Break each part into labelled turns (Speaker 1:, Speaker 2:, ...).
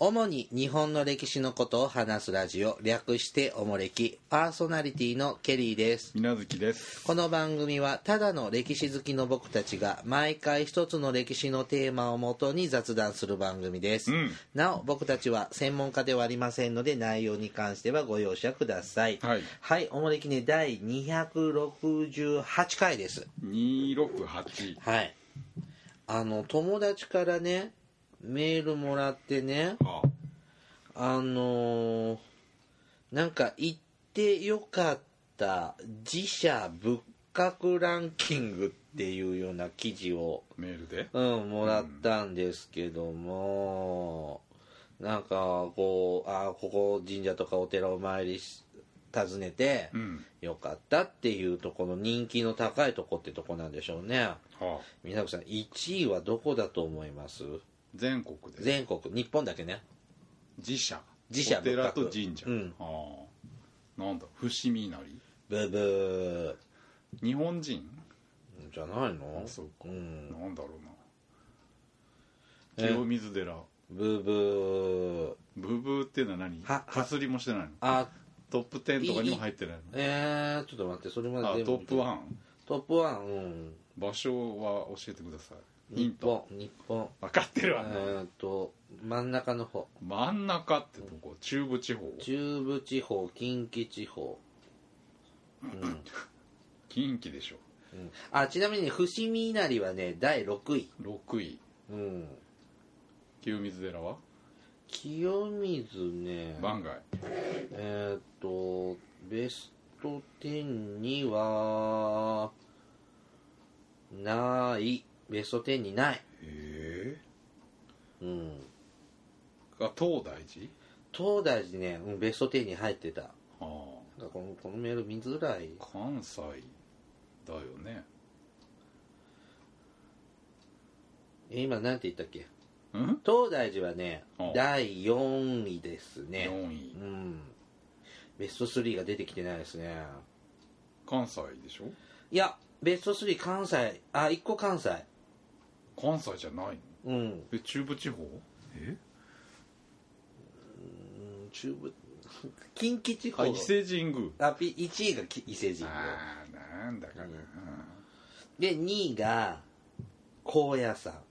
Speaker 1: 主に日本の歴史のことを話すラジオ略しておもれきパーソナリティのケリーです
Speaker 2: 水無月です
Speaker 1: この番組はただの歴史好きの僕たちが毎回一つの歴史のテーマをもとに雑談する番組です、
Speaker 2: うん
Speaker 1: なお僕たちは専門家ではありませんので内容に関してはご容赦ください
Speaker 2: はい
Speaker 1: はい、おもれきね第268回です
Speaker 2: 268
Speaker 1: はいあの友達からねメールもらってね
Speaker 2: あ
Speaker 1: あのーなんか行ってよかった自社仏閣ランキングっていうような記事を、
Speaker 2: メールで
Speaker 1: うん、もらったんですけども、なんかこうあーここ神社とかお寺お参りし訪ねて、
Speaker 2: うん
Speaker 1: よかったっていうとこの人気の高いとこってとこなんでしょうね
Speaker 2: はあ
Speaker 1: 皆さん1位はどこだと思います
Speaker 2: 全国で
Speaker 1: 全国日本だけね
Speaker 2: 自社
Speaker 1: 自社
Speaker 2: お寺と
Speaker 1: 仏閣
Speaker 2: 神社、
Speaker 1: うん
Speaker 2: はあなんだ伏見なり
Speaker 1: ブブ
Speaker 2: 日本人
Speaker 1: ーじゃないの
Speaker 2: あそうか
Speaker 1: ん、
Speaker 2: なんだろうな
Speaker 1: え
Speaker 2: 清水寺
Speaker 1: ブブ
Speaker 2: ブブーっていうのは何
Speaker 1: はは
Speaker 2: かすりもしてないの
Speaker 1: ーあ
Speaker 2: トップ10とかにも入ってないの
Speaker 1: えー、ちょっと待ってそれま
Speaker 2: あ
Speaker 1: で
Speaker 2: トップ
Speaker 1: ワン
Speaker 2: 1
Speaker 1: トップワンうん
Speaker 2: 場所は教えてくださいヒ
Speaker 1: 日
Speaker 2: ント
Speaker 1: 本日本
Speaker 2: 分かって
Speaker 1: え
Speaker 2: るわね、
Speaker 1: ーっと真ん中の方
Speaker 2: 真ん中ってとこ中部地方
Speaker 1: 中部地方近畿地方
Speaker 2: 近畿でしょ
Speaker 1: うんあちなみに伏見稲荷はね第6位
Speaker 2: 6位
Speaker 1: うん
Speaker 2: 清水寺は
Speaker 1: 清水ね
Speaker 2: 番外
Speaker 1: えーっとベスト10にはないベスト10にない
Speaker 2: え
Speaker 1: うん
Speaker 2: えあ東大寺
Speaker 1: 東大寺ね、うん、ベスト10に入ってたな
Speaker 2: あ
Speaker 1: んかこのこのメール見づらい
Speaker 2: あ関西だよね
Speaker 1: え今なんて言ったっけ
Speaker 2: うん
Speaker 1: 東大寺はね
Speaker 2: あ
Speaker 1: 第4位ですね
Speaker 2: 4
Speaker 1: う
Speaker 2: 位
Speaker 1: んベスト3が出てきてないですね
Speaker 2: 関西でしょ
Speaker 1: いやベスト3関西あ1個関西
Speaker 2: 関西じゃないの
Speaker 1: うん
Speaker 2: え中部地方え
Speaker 1: 中部 近畿地方
Speaker 2: あ伊勢神宮
Speaker 1: あピ1位がき伊勢神宮
Speaker 2: ああなんだかな、
Speaker 1: うん
Speaker 2: あ
Speaker 1: で2位が高野山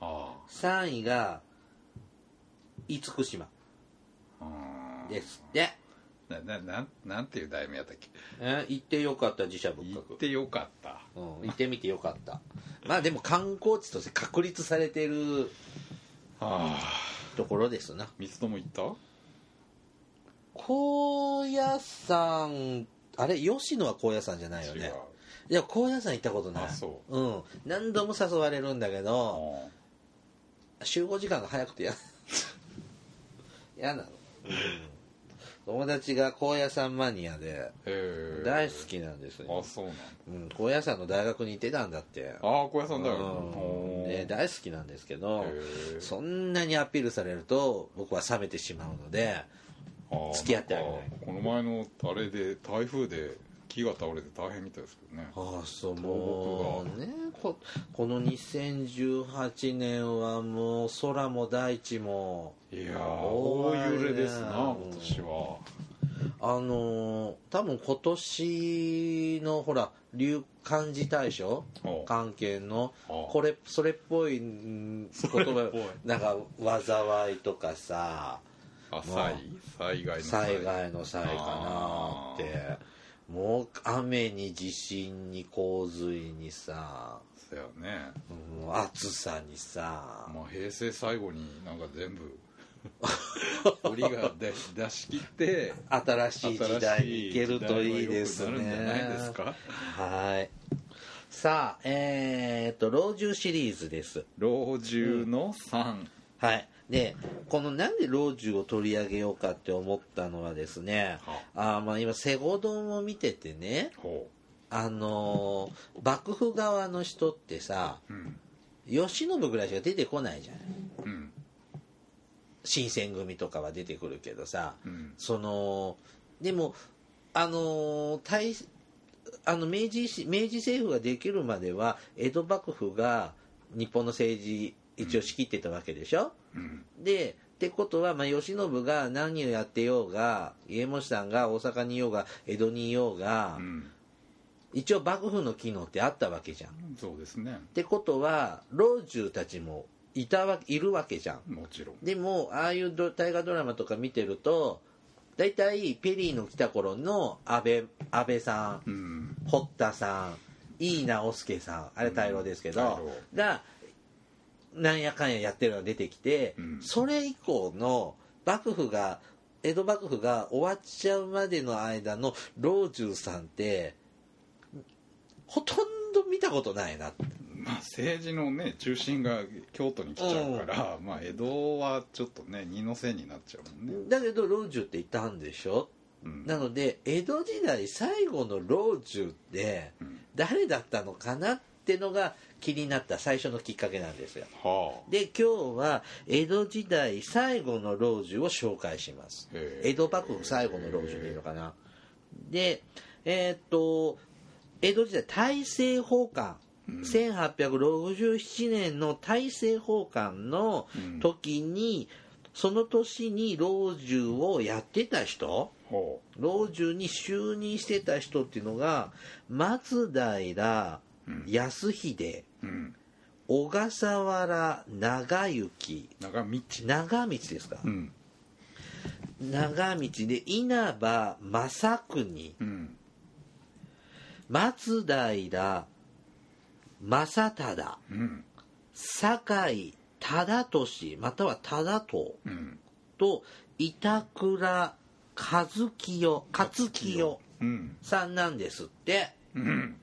Speaker 2: あ
Speaker 1: 3位が厳島
Speaker 2: ああ
Speaker 1: ですって
Speaker 2: なななんなんていう題名やったっけ
Speaker 1: え行ってよかった自社仏
Speaker 2: 行
Speaker 1: 閣
Speaker 2: ってよかった
Speaker 1: うん、行ってみてよかったまあでも観光地として確立されてる
Speaker 2: ああ
Speaker 1: ところですな
Speaker 2: 三つとも行った
Speaker 1: 高野山あれ吉野は高野山じゃないよ
Speaker 2: 違
Speaker 1: ね
Speaker 2: う
Speaker 1: いや高野山行ったことない、
Speaker 2: あそう
Speaker 1: ん、何度も誘われるんだけ
Speaker 2: あ
Speaker 1: ど
Speaker 2: ー
Speaker 1: 集合時間が早くてや 嫌なの、うん友達が高野山マニアで
Speaker 2: へえ
Speaker 1: 大好きなんですよ
Speaker 2: あ、そうなんだ
Speaker 1: うん、高野山の大学に行ってたんだって
Speaker 2: ああ小屋さんだよ、
Speaker 1: うん
Speaker 2: おー
Speaker 1: ね、大好きなんですけど
Speaker 2: へえ
Speaker 1: そんなにアピールされると僕は冷めてしまうので
Speaker 2: あー
Speaker 1: 付き合ってあげない
Speaker 2: んかこの前のあれで台風で木が倒れて大変みたいですけどね
Speaker 1: ああそう
Speaker 2: 東北が
Speaker 1: もうねここの2018年はもう空も大地も
Speaker 2: いやー
Speaker 1: 大揺
Speaker 2: 大
Speaker 1: れ
Speaker 2: 揺れ
Speaker 1: ね
Speaker 2: ですな今年は
Speaker 1: あのー多分今年のほら流漢字大賞
Speaker 2: お
Speaker 1: 関係の
Speaker 2: あ
Speaker 1: これそれっぽいん言葉なんか災いとかさ
Speaker 2: あ災災害の
Speaker 1: 災害の災かなってもう雨に地震に洪水にさ
Speaker 2: そうやね
Speaker 1: もう暑さにさ
Speaker 2: まあ平成最後になんか全 部檻が出出し切って
Speaker 1: 新しい時代に行けるといいで
Speaker 2: 新し
Speaker 1: す
Speaker 2: 時代は良くなるんじゃないです
Speaker 1: ね
Speaker 2: か
Speaker 1: はいさあえー、っと老中シリーズです
Speaker 2: 老中の3、
Speaker 1: はいでこのなんで老中を取り上げようかって思ったのはですね
Speaker 2: は
Speaker 1: あーまあ今西郷どんを見ててね
Speaker 2: ほ
Speaker 1: あのー幕府側の人ってさ
Speaker 2: ううん
Speaker 1: 慶喜ぐらいしか出てこないじゃない
Speaker 2: うん
Speaker 1: 新選組とかは出てくるけどさ
Speaker 2: うん
Speaker 1: そのでもあの大あの明治維新明治政府ができるまでは江戸幕府が日本の政治一応仕切ってたわけでしょ、
Speaker 2: うん
Speaker 1: でってことは、まあ、慶喜が何をやってようが家茂さんが大阪にいようが江戸にいようが、
Speaker 2: うん、
Speaker 1: 一応幕府の機能ってあったわけじゃん。っ
Speaker 2: そうですね
Speaker 1: てことは老中たちもいたわいるわけじゃん。
Speaker 2: もちろん
Speaker 1: でもああいうド大河ドラマとか見てると大体ペリーの来た頃の安倍安倍さん
Speaker 2: うん
Speaker 1: 堀田さん井伊直弼さんあれ大老ですけど、がなんやかんややってるのが出てきて、
Speaker 2: うん
Speaker 1: それ以降の幕府が江戸幕府が終わっちゃうまでの間の老中さんってほとんど見たことないなって
Speaker 2: まあ政治のね中心が京都に来ちゃうから、まあ江戸はちょっとね二の線になっちゃうもんね、
Speaker 1: だけど老中っていたんでしょ
Speaker 2: うん
Speaker 1: なので江戸時代最後の老中って
Speaker 2: うん
Speaker 1: 誰だったのかなってのが気になった最初のきっかけなんですよ
Speaker 2: はあ
Speaker 1: で今日は江戸時代最後の老中を紹介します
Speaker 2: へえ
Speaker 1: 江戸幕府最後の老中でいいのかなでえーっと江戸時代大政奉還
Speaker 2: うん
Speaker 1: 1867年の大政奉還の
Speaker 2: うん
Speaker 1: 時に、その年に老中をやってた人
Speaker 2: ほ
Speaker 1: 老中に就任してた人っていうのが松平
Speaker 2: うん
Speaker 1: 康秀
Speaker 2: ううん
Speaker 1: 小笠原長行
Speaker 2: 長道
Speaker 1: 長道ですか、
Speaker 2: うん
Speaker 1: 長道で稲葉正国
Speaker 2: うん
Speaker 1: 松平正忠
Speaker 2: うん
Speaker 1: 酒井忠俊または忠遠
Speaker 2: うん
Speaker 1: と板倉和清勝清
Speaker 2: うん
Speaker 1: さんなんですって
Speaker 2: うん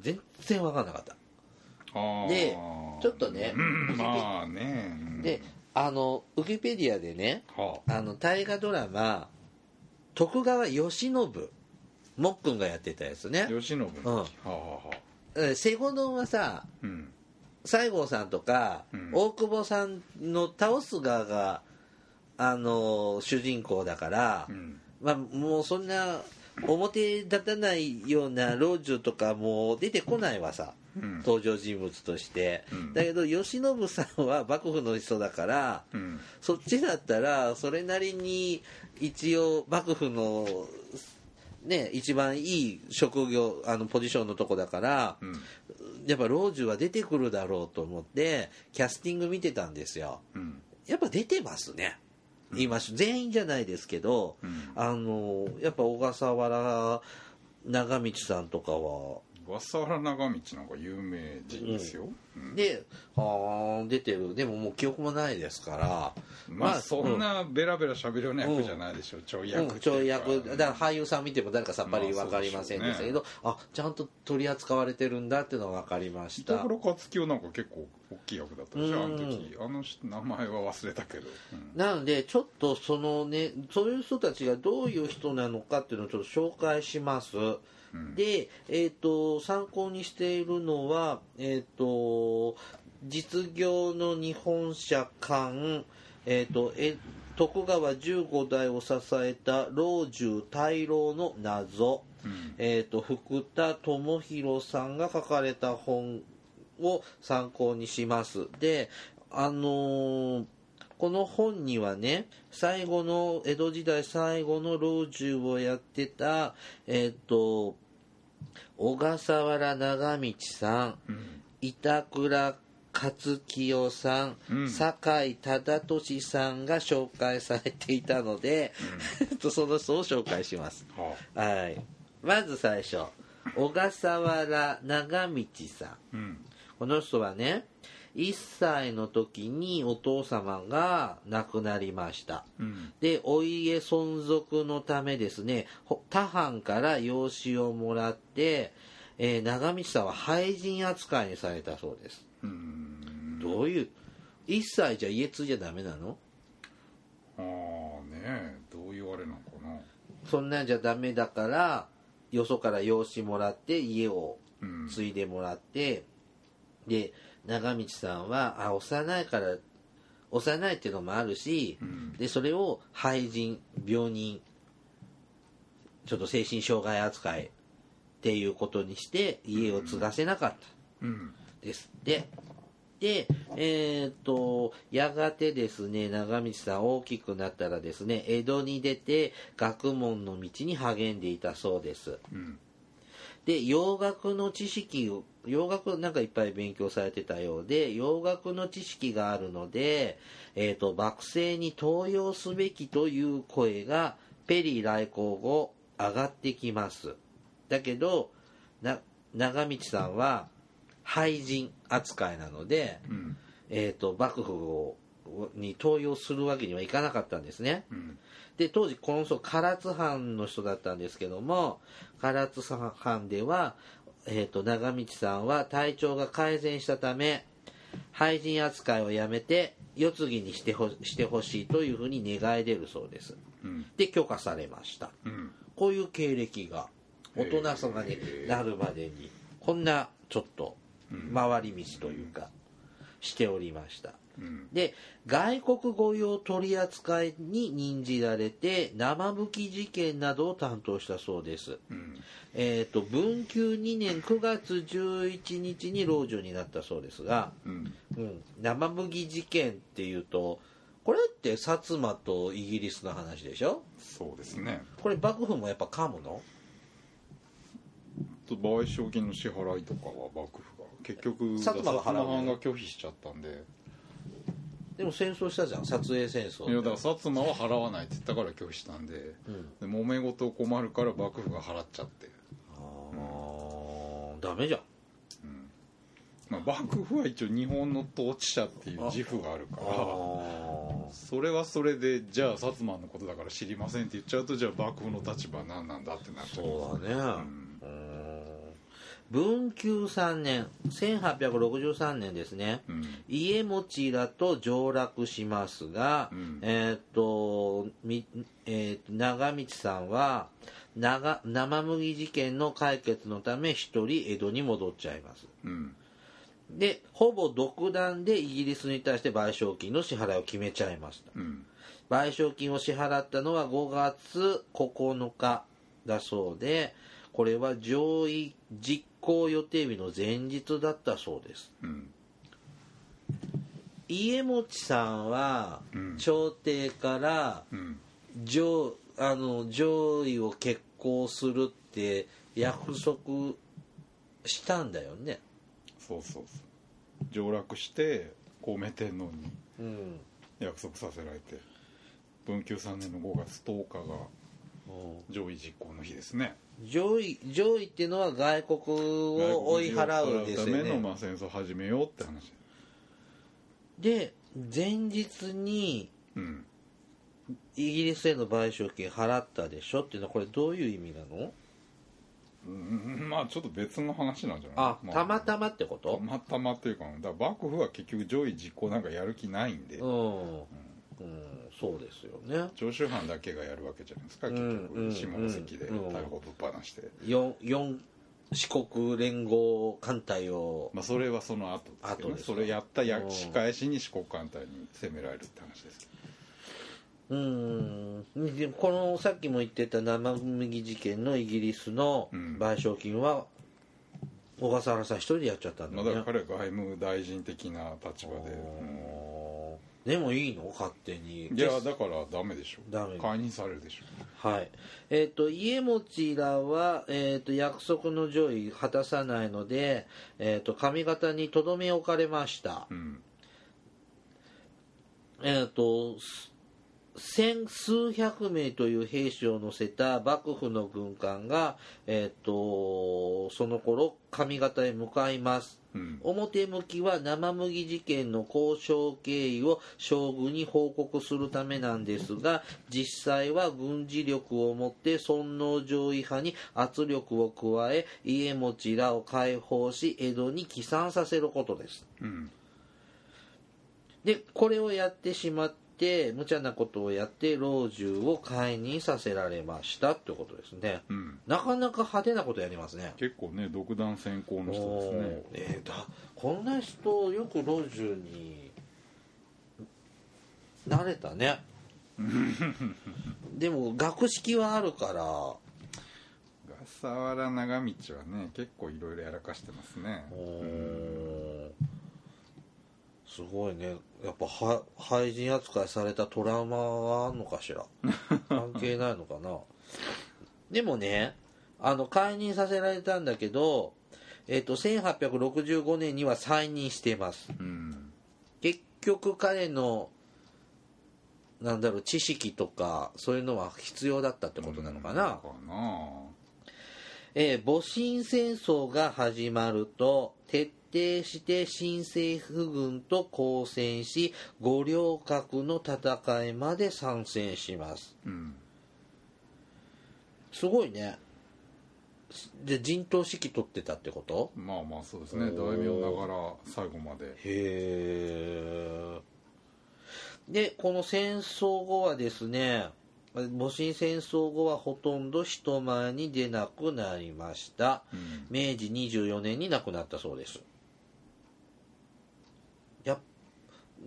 Speaker 1: 全然分かんなかった
Speaker 2: ああ
Speaker 1: でちょっとね
Speaker 2: うん、まあねうん
Speaker 1: であのウィキペディアでね
Speaker 2: はあ
Speaker 1: あの大河ドラマ徳川慶喜もっくんがやってたやつね
Speaker 2: 吉信の時、
Speaker 1: うん
Speaker 2: はあはあ
Speaker 1: えー西郷どんはさ
Speaker 2: うん
Speaker 1: 西郷さんとか、
Speaker 2: うん
Speaker 1: 大久保さんの倒す側が、あのー主人公だから、
Speaker 2: うん
Speaker 1: まあ、もうそんな表立たないような老中とかもう出てこないわさ、
Speaker 2: うん
Speaker 1: 登場人物として、
Speaker 2: うん
Speaker 1: だけど慶喜さんは幕府の人だから
Speaker 2: うん
Speaker 1: そっちだったらそれなりに一応幕府のね一番いい職業あのポジションのとこだから
Speaker 2: う、ん
Speaker 1: やっぱ老中は出てくるだろうと思ってキャスティング見てたんですよ
Speaker 2: うん
Speaker 1: やっぱ出てますね今全員じゃないですけど、
Speaker 2: うん
Speaker 1: あのやっぱ小笠原長道さんとかは
Speaker 2: 小笠原長道なんか有名人ですよ、うん
Speaker 1: で、あー出てるでももう記憶もないですから
Speaker 2: まあ、そんなベラベラ喋るような役じゃないでしょ、うちょい役
Speaker 1: うん、ちょい役だから
Speaker 2: は
Speaker 1: 俳優さん見ても誰かさっぱり分かりませんでしたけど、あちゃんと取り扱われてるんだっていうのは分かりまし
Speaker 2: 北
Speaker 1: た
Speaker 2: 村克樹なんか結構大きい役だったでしょ、
Speaker 1: うん
Speaker 2: あの時あの人名前は忘れたけど、うん
Speaker 1: なのでちょっとそのねそういう人たちがどういう人なのかっていうのをちょっと紹介します、
Speaker 2: うん
Speaker 1: で、えー、と参考にしているのは、えー、と実業の日本社館、えー、とえ徳川15代を支えた老中大老の謎
Speaker 2: うん
Speaker 1: えー、と福田智弘さんが書かれた本を参考にしますであのーこの本にはね最後の江戸時代最後の老中をやってたえっ、と小笠原長道さん
Speaker 2: うん
Speaker 1: 板倉勝清さん、
Speaker 2: うん
Speaker 1: 酒井忠俊さんが紹介されていたので、 とその人を紹介します。
Speaker 2: はあ
Speaker 1: はい、まず最初小笠原長道さん
Speaker 2: うん
Speaker 1: この人はね1歳の時にお父様が亡くなりました
Speaker 2: うん
Speaker 1: でお家存続のためですねほ他藩から養子をもらって、えー長道さんは廃人扱いにされたそうです
Speaker 2: うん
Speaker 1: どういう1歳じゃ家継いじゃダメなの
Speaker 2: ああねえどういうあれなのかな
Speaker 1: そんなんじゃダメだからよそから養子もらって家を
Speaker 2: うん
Speaker 1: 継いでもらってで長道さんはあ幼いから幼いっていうのもあるし
Speaker 2: うん
Speaker 1: でそれを廃人病人ちょっと精神障害扱いっていうことにして家を継がせなかった
Speaker 2: うん
Speaker 1: ですってで、えーっと、やがてですね、長道さん大きくなったらですね、江戸に出て学問の道に励んでいたそうです。
Speaker 2: うん
Speaker 1: で洋楽の知識を洋楽なんかいっぱい勉強されてたようで洋楽の知識があるので、えー、と幕政に登用すべきという声がペリー来航後上がってきますだけどな長道さんは廃人扱いなので、
Speaker 2: うん
Speaker 1: えー、と幕府をに登用するわけにはいかなかったんですね。
Speaker 2: うん
Speaker 1: で当時この人唐津藩の人だったんですけども唐津藩では、えー、と長道さんは体調が改善したため廃人扱いをやめて世継ぎにしてほしてほしいというふうに願い出るそうです
Speaker 2: うん
Speaker 1: で許可されました
Speaker 2: うん
Speaker 1: こういう経歴が大人様に
Speaker 2: へー
Speaker 1: なるまでにこんなちょっと
Speaker 2: うん
Speaker 1: 回り道というかしておりました
Speaker 2: うん
Speaker 1: で外国語用取扱いに任じられて生武器事件などを担当したそうです、
Speaker 2: うん
Speaker 1: えー、と文久2年9月11日に老中になったそうですが、
Speaker 2: うん
Speaker 1: うん、生麦事件っていうとこれって薩摩とイギリスの話でしょ
Speaker 2: そうですね
Speaker 1: これ幕府もやっぱ噛むの
Speaker 2: あと賠償金の支払いとかは幕府が結局
Speaker 1: 薩摩が払う
Speaker 2: 薩藩が拒否しちゃったんで
Speaker 1: でも戦争したじゃん撮影戦争
Speaker 2: いやだから薩摩は払わないって言ったから拒否したんで
Speaker 1: うん、
Speaker 2: で揉め事困るから幕府が払っちゃって、
Speaker 1: あーダメじゃん
Speaker 2: うんまあ、幕府は一応日本の統治者っていう自負があるから
Speaker 1: あ
Speaker 2: それはそれでじゃあ薩摩のことだから知りませんって言っちゃうとじゃあ幕府の立場は何なんだってなっちゃ
Speaker 1: そうだね、
Speaker 2: ん
Speaker 1: 文久3年1863年ですね
Speaker 2: うん
Speaker 1: 家持らと上洛しますが、
Speaker 2: うん
Speaker 1: えーっとみ、えーっと長道さんは長生麦事件の解決のため一人江戸に戻っちゃいます
Speaker 2: うん
Speaker 1: でほぼ独断でイギリスに対して賠償金の支払いを決めちゃいました
Speaker 2: うん
Speaker 1: 賠償金を支払ったのは5月9日だそうでこれは上位実行予定日の前日だったそうです
Speaker 2: うん
Speaker 1: 家持さんは
Speaker 2: うん
Speaker 1: 朝廷から
Speaker 2: うん
Speaker 1: 上あの上位を決行するって約束したんだよね、
Speaker 2: そうそうそう上洛して孔明天皇に
Speaker 1: うん、
Speaker 2: 約束させられて文久3年の5月10日が上位実行の日ですね
Speaker 1: 上位上位っていうのは外国を追い払うですよ
Speaker 2: ための、
Speaker 1: ね
Speaker 2: まあ、戦争を始めようって話
Speaker 1: で前日に
Speaker 2: うん
Speaker 1: イギリスへの賠償金払ったでしょっていうのはこれどういう意味なの
Speaker 2: うんまあちょっと別の話なんじゃない
Speaker 1: あ
Speaker 2: ま
Speaker 1: たまたまってこ
Speaker 2: た
Speaker 1: と
Speaker 2: またまっていうかだから幕府は結局上位実行なんかやる気ないんで、
Speaker 1: うん、うん、そうですよね
Speaker 2: 常習犯だけがやるわけじゃないですか
Speaker 1: うん
Speaker 2: 結
Speaker 1: うん
Speaker 2: 局下関で
Speaker 1: うん
Speaker 2: 逮捕ぶっ放して、
Speaker 1: 四四四国連合艦隊を、
Speaker 2: まあ、それはその後ですけ
Speaker 1: 後
Speaker 2: どね
Speaker 1: ですか
Speaker 2: それやったや
Speaker 1: うん
Speaker 2: 仕返しに四国艦隊に攻められるって話ですけど
Speaker 1: うんでこのさっきも言ってた生麦事件のイギリスの
Speaker 2: うん
Speaker 1: 賠償金は小笠原さん一人でやっちゃったんだ
Speaker 2: まあ、
Speaker 1: よ
Speaker 2: だ
Speaker 1: ね、
Speaker 2: から彼は外務大臣的な立場で、うん
Speaker 1: おーでもいいの勝手に
Speaker 2: いやだからダメでしょ
Speaker 1: ダメ
Speaker 2: 解任されるでしょ
Speaker 1: はい。えっ、と、家持らは、えっ、と、約束の上位果たさないので、えっ、と、髪型にとどめ置かれました。
Speaker 2: うん
Speaker 1: えっ、と、す千数百名という兵士を乗せた幕府の軍艦が、えっ、と、その頃、上方へ向かいます。
Speaker 2: うん
Speaker 1: 表向きは生麦事件の交渉経緯を将軍に報告するためなんですが実際は軍事力を持って尊王攘夷派に圧力を加え家持らを解放し江戸に帰参させることです
Speaker 2: うん
Speaker 1: でこれをやってしまって無茶なことをやって老中を解任させられましたってことですね
Speaker 2: うん
Speaker 1: なかなか派手なことやりますね
Speaker 2: 結構ね独断専行の人です
Speaker 1: お
Speaker 2: ね
Speaker 1: ーえーだこんな人よく老中になれた ねでも学識はあるから
Speaker 2: 笠原長道はね結構いろいろやらかしてますね
Speaker 1: おーすごいねやっぱは廃人扱いされたトラウマがあんのか しら関係ないのかなでもねあの解任させられたんだけど、えっと1865年には再任してます
Speaker 2: うん
Speaker 1: 結局彼のなんだろう知識とかそういうのは必要だったってことなのかな、
Speaker 2: かな
Speaker 1: えー戊辰戦争が始まると徹底して新政府軍と交戦し五稜郭の戦いまで参戦します
Speaker 2: うん
Speaker 1: すごいねで陣頭指揮取ってたってこと
Speaker 2: まあまあそうですね
Speaker 1: おー
Speaker 2: 大名ながら最後まで
Speaker 1: へえでこの戦争後はですね戊辰戦争後はほとんど人前に出なくなりました
Speaker 2: うん
Speaker 1: 明治24年に亡くなったそうですやっ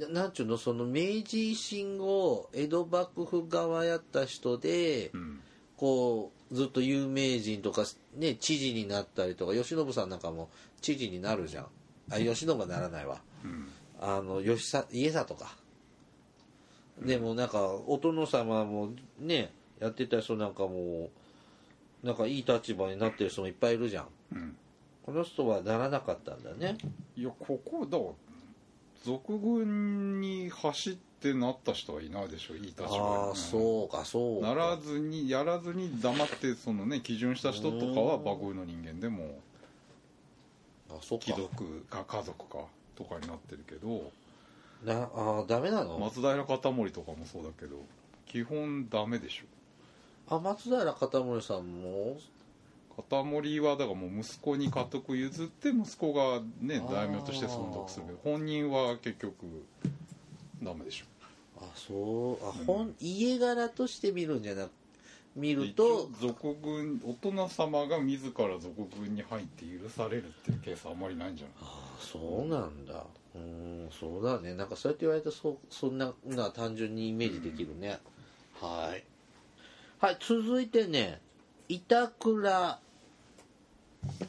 Speaker 1: ななんちゅうのその明治維新後江戸幕府側やった人で
Speaker 2: うん
Speaker 1: こうずっと有名人とか、ね、知事になったりとか慶喜さんなんかも知事になるじゃんあ慶喜はならないわ
Speaker 2: うん
Speaker 1: あの吉さ家里かでもなんかお殿様もねやってた人なんかもなんかいい立場になってる人もいっぱいいるじゃん
Speaker 2: うん
Speaker 1: この人はならなかったんだね
Speaker 2: いやここだ俗軍に走ってなった人はいないでしょいい立場に
Speaker 1: あ
Speaker 2: う
Speaker 1: あ
Speaker 2: ん
Speaker 1: そうかそうか
Speaker 2: ならずにやらずに黙ってそのね基準した人とかは幕府の人間でも
Speaker 1: あそっ
Speaker 2: 貴
Speaker 1: か
Speaker 2: 族か家族かとかになってるけど
Speaker 1: なあーダメなの、
Speaker 2: 松平片盛とかもそうだけど基本ダメでしょ
Speaker 1: あ松平片森さんも
Speaker 2: 片森はだからもう息子に家督譲って息子がね
Speaker 1: あー
Speaker 2: 大名として存続するけど本人は結局ダメでしょ
Speaker 1: あそうあ
Speaker 2: うん
Speaker 1: 本、家柄として見るんじゃなく見る
Speaker 2: 一応
Speaker 1: と
Speaker 2: 俗軍大人様が自ら俗軍に入って許されるっていうケースあんまりないんじゃない
Speaker 1: あそうなんだうーんそうだねなんかそうやって言われたそそんなのは単純にイメージできるね、はいはい続いてね板倉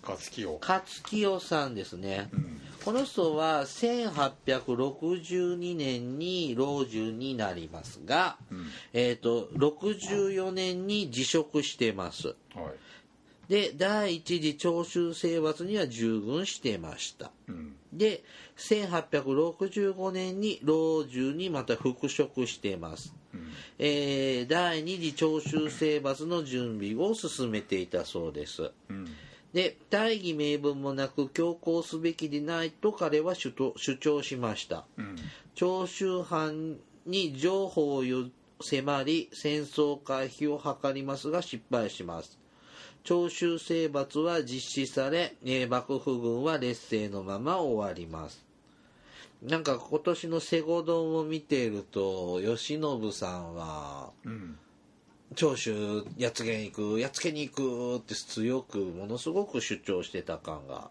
Speaker 2: 勝清を
Speaker 1: 勝清さんですね
Speaker 2: うん
Speaker 1: この人は1862年に老中になりますが、
Speaker 2: うん
Speaker 1: えっと64年に辞職してます
Speaker 2: はい
Speaker 1: で第一次長州征伐には従軍してました
Speaker 2: うん
Speaker 1: で1865年に老中にまた復職しています、
Speaker 2: うん
Speaker 1: えー第二次長州征伐の準備を進めていたそうです
Speaker 2: うん
Speaker 1: で大義名分もなく強行すべきでないと彼は主と主張しました
Speaker 2: うん
Speaker 1: 長州藩に譲歩を迫り戦争回避を図りますが失敗します長州征伐は実施され、えー幕府軍は劣勢のまま終わりますなんか今年のセゴドンを見ていると慶喜さんは
Speaker 2: うん
Speaker 1: 長州やっつけに行くやっつけに行くって強くものすごく主張してた感が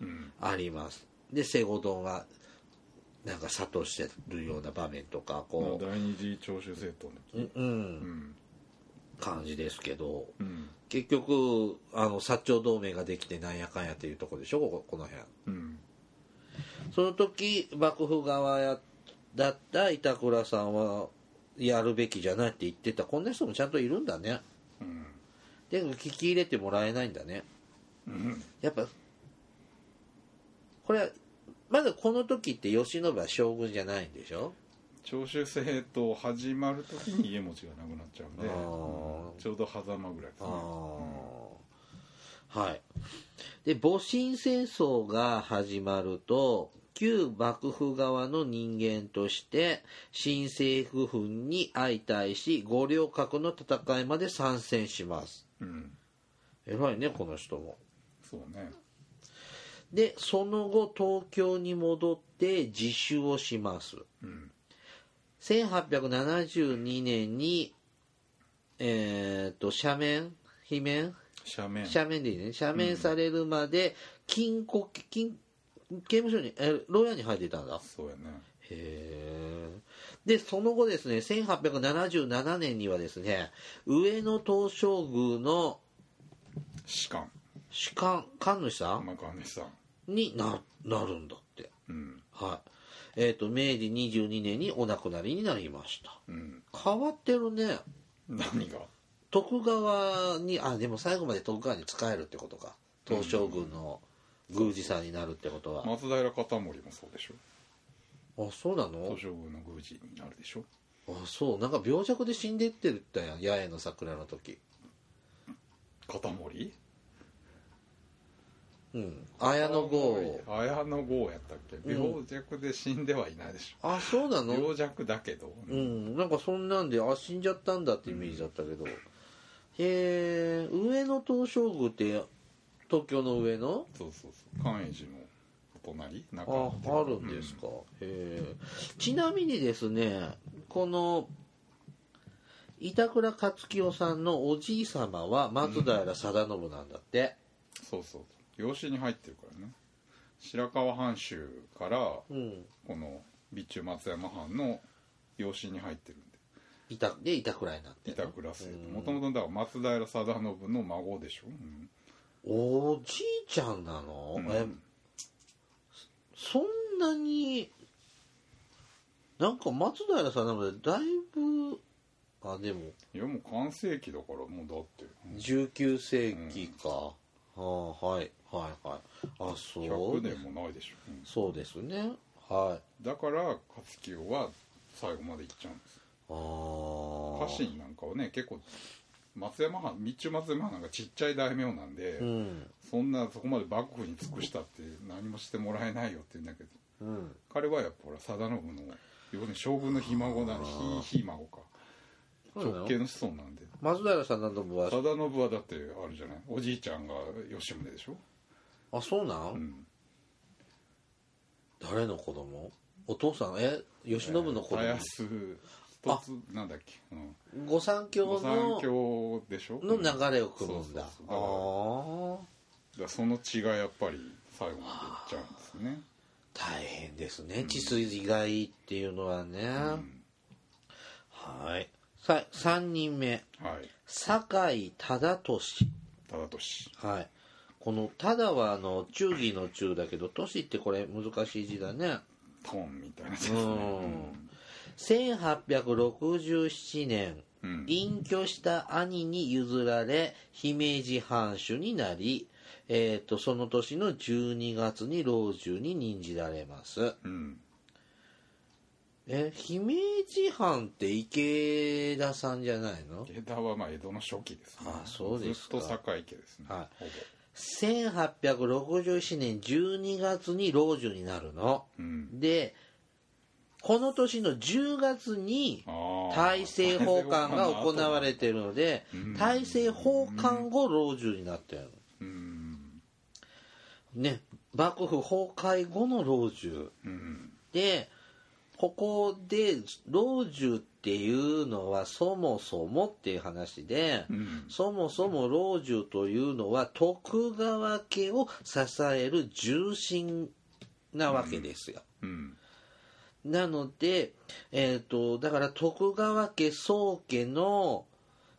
Speaker 2: うん
Speaker 1: ありますで西郷どんがなんか諭してるような場面とかこ
Speaker 2: 第二次長州政党の
Speaker 1: う、うんうん
Speaker 2: うん
Speaker 1: 感じですけど
Speaker 2: うん
Speaker 1: 結局あの薩長同盟ができてなんやかんやっていうとこでしょこここの辺
Speaker 2: うん
Speaker 1: その時幕府側やだった板倉さんはやるべきじゃないって言ってたこんな人もちゃんといるんだね
Speaker 2: うん
Speaker 1: で聞き入れてもらえないんだね
Speaker 2: うん
Speaker 1: やっぱこれはまずこの時って慶喜は将軍じゃないんでしょ
Speaker 2: 長州政党始まる時に家持ちがなくなっちゃうんで、
Speaker 1: あー
Speaker 2: うんちょうど狭間ぐらいです
Speaker 1: あ
Speaker 2: ね
Speaker 1: ーはい。で、戊辰戦争が始まると、旧幕府側の人間として、新政府軍に相対し、五稜郭の戦いまで参戦します。
Speaker 2: うん、うん
Speaker 1: 偉いね、この人も。
Speaker 2: そうね
Speaker 1: で、その後、東京に戻って自首をします。
Speaker 2: うん
Speaker 1: 1872年に、えっと、斜面、罷免
Speaker 2: 斜面
Speaker 1: 赦免でいいね赦免されるまで禁錮禁刑務所にえ牢屋に入っていたんだへ
Speaker 2: そうやね
Speaker 1: えでその後ですね1877年にはですね上野東照宮の
Speaker 2: 士官
Speaker 1: 主官神主さん
Speaker 2: 天川さん
Speaker 1: にななるんだって
Speaker 2: うん
Speaker 1: はいえっ、と、明治22年にお亡くなりになりました。
Speaker 2: うん、
Speaker 1: 変わってるね。
Speaker 2: 何が
Speaker 1: 徳川に、あ、でも最後まで徳川に仕えるってことか。東照宮の宮司さんになるってことは。
Speaker 2: 松平片森もそうでしょ
Speaker 1: あ、そうなの
Speaker 2: 東照宮の宮司になるでしょ
Speaker 1: あ、そう。なんか病弱で死んでってるったやん。八重の桜の時。
Speaker 2: 片森
Speaker 1: うん。綾野剛。
Speaker 2: 綾野剛やったっけ病弱で死んではいないでし
Speaker 1: あ、そうな
Speaker 2: ょ、
Speaker 1: の
Speaker 2: 病弱だけど、
Speaker 1: うん、なんかそんなんで、あ、死んじゃったんだってイメージだったけど。へえ、上野東照宮って、東京の上野
Speaker 2: そうそうそう寛永寺のお隣なんか
Speaker 1: あ、あるんですか。へえ。ちなみにですね、この、板倉勝清さんのおじい様は松平定信なんだって。
Speaker 2: そうそう養子に入ってるからね白河藩主から
Speaker 1: うん。
Speaker 2: この備中松山藩の養子に入ってるんで
Speaker 1: 板で板倉になってる
Speaker 2: 板
Speaker 1: の。
Speaker 2: 倉姓
Speaker 1: うん
Speaker 2: もともとだから松平定信の孫でしょ、うん
Speaker 1: おじいちゃんなの、
Speaker 2: うん
Speaker 1: えそんなになんか松平さんなのでだいぶあでも
Speaker 2: いやもう完成期だからもうだって
Speaker 1: 19世紀か、あーはいはいはいあそう
Speaker 2: 100年もないでしょ、うん
Speaker 1: そうですねはい
Speaker 2: だから勝清は最後まで行っちゃうんです
Speaker 1: ああ
Speaker 2: 家臣なんかはね結構松山藩日中松山藩なんかちっちゃい大名なんで、
Speaker 1: うん
Speaker 2: そんなそこまで幕府に尽くしたって何もしてもらえないよって言うんだけど
Speaker 1: うん
Speaker 2: 彼はやっぱほら定信の要するに将軍のひ孫なひひ孫か
Speaker 1: そうなの
Speaker 2: 直系の子孫なんで
Speaker 1: 松平さんなどは
Speaker 2: 定信はだってあるじゃないおじいちゃんが吉宗でしょ、
Speaker 1: あそうなん、
Speaker 2: うん、
Speaker 1: 誰の子供お父さんえ慶喜の子供、
Speaker 2: えーたやす一つなんだっけ、うん、
Speaker 1: 御三教
Speaker 2: 御
Speaker 1: の
Speaker 2: 三教でしょ
Speaker 1: の
Speaker 2: うんだか
Speaker 1: 流れを組むんだ。
Speaker 2: そうそう
Speaker 1: ああ
Speaker 2: らその血がやっぱり最後までいっちゃうんですね、
Speaker 1: 大変ですね。治水害っていうのはね。はい。さ、三人目。
Speaker 2: はい
Speaker 1: 酒井忠俊。
Speaker 2: 忠俊
Speaker 1: はい。この、忠はあの、忠義の忠だけど、俊ってこれ難しい字だね。
Speaker 2: トーンみたいなやつです
Speaker 1: う
Speaker 2: ね
Speaker 1: ん。1867年、
Speaker 2: うん
Speaker 1: 隠居した兄に譲られ姫路藩主になり、えー、とその年の12月に老中に任じられます
Speaker 2: うん
Speaker 1: え姫路藩って池田さんじゃないの
Speaker 2: 江田はまあ江戸の初期ですね
Speaker 1: あそうですか
Speaker 2: ずっと堺家ですね、
Speaker 1: は
Speaker 2: ほぼ
Speaker 1: 1867年12月に老中になるの
Speaker 2: うん
Speaker 1: でこの年の10月に
Speaker 2: ああ
Speaker 1: 大政奉還が行われてるので
Speaker 2: うん
Speaker 1: 大政奉還後老中になってるの
Speaker 2: うん
Speaker 1: ね、幕府崩壊後の老中
Speaker 2: うん
Speaker 1: でここで老中っていうのはそもそもっていう話で、
Speaker 2: うん
Speaker 1: そもそも老中というのは徳川家を支える重臣なわけですよ。
Speaker 2: うん
Speaker 1: なので、えー、とだから徳川家宗家の